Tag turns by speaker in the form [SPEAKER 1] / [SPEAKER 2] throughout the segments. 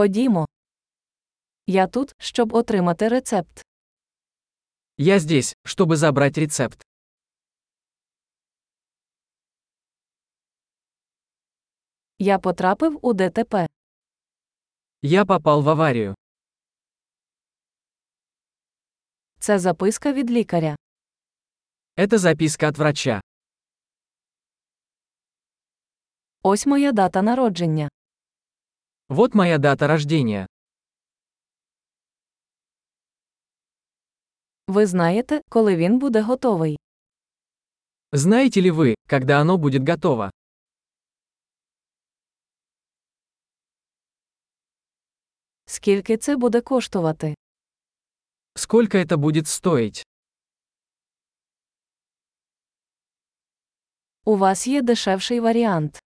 [SPEAKER 1] Ходімо. Я тут, щоб отримати рецепт.
[SPEAKER 2] Я здесь, чтобы забрать рецепт.
[SPEAKER 1] Я потрапив у ДТП.
[SPEAKER 2] Я попал в аварию.
[SPEAKER 1] Це записка від лікаря.
[SPEAKER 2] Это записка от врача.
[SPEAKER 1] Ось моя дата народження.
[SPEAKER 2] Вот моя дата рождения.
[SPEAKER 1] Ви знаєте, коли він буде готовий.
[SPEAKER 2] Знаете ли вы, когда оно будет готово?
[SPEAKER 1] Скільки це буде коштувати?
[SPEAKER 2] Сколько это будет стоить?
[SPEAKER 1] У вас є дешевший варіант.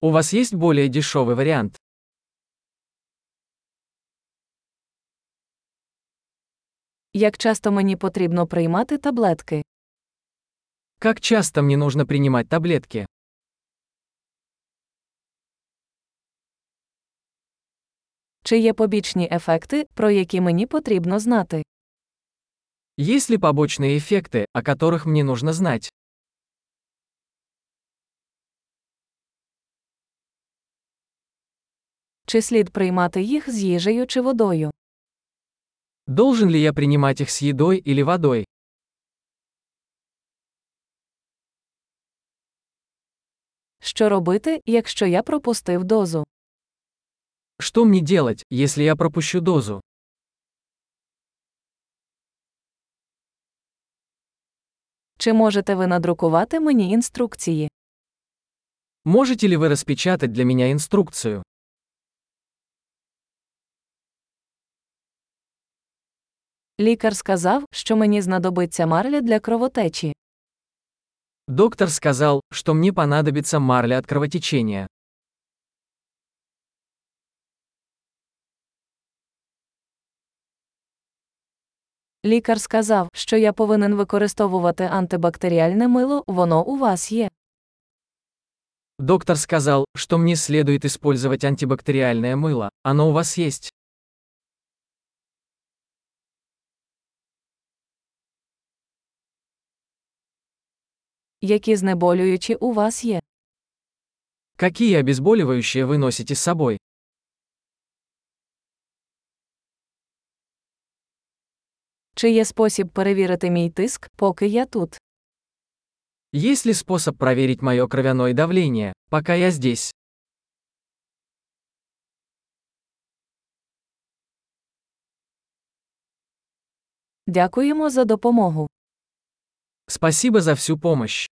[SPEAKER 2] У вас есть более дешевый вариант?
[SPEAKER 1] Як часто мені потрібно приймати таблетки?
[SPEAKER 2] Как часто мне нужно принимать таблетки?
[SPEAKER 1] Чи є побічні ефекти, про які мені потрібно знати?
[SPEAKER 2] Есть ли побочные эффекты, о которых мне нужно знать?
[SPEAKER 1] Чи слід приймати їх з їжею чи водою?
[SPEAKER 2] Должен ли я принимать их с едой или водой?
[SPEAKER 1] Що робити, якщо я пропустив дозу?
[SPEAKER 2] Что мне делать, если я пропущу дозу?
[SPEAKER 1] Чи можете ви надрукувати мені інструкції?
[SPEAKER 2] Можете ли вы распечатать для меня инструкцию?
[SPEAKER 1] Лікар сказав, що мені знадобиться марля для кровотечі.
[SPEAKER 2] Доктор сказал, что мне понадобится марля от кровотечения.
[SPEAKER 1] Лікар сказав, що я повинен використовувати антибактеріальне мило, воно у вас є.
[SPEAKER 2] Доктор сказал, что мне следует использовать антибактериальное мыло. Оно у вас есть.
[SPEAKER 1] Які знеболюючі у вас є?
[SPEAKER 2] Какие обезболивающие вы носите с собой?
[SPEAKER 1] Чи є спосіб перевірити мій тиск, поки я тут?
[SPEAKER 2] Есть ли способ проверить мое кровяное давление, пока я здесь?
[SPEAKER 1] Дякуємо за допомогу.
[SPEAKER 2] Спасибо за всю помощь.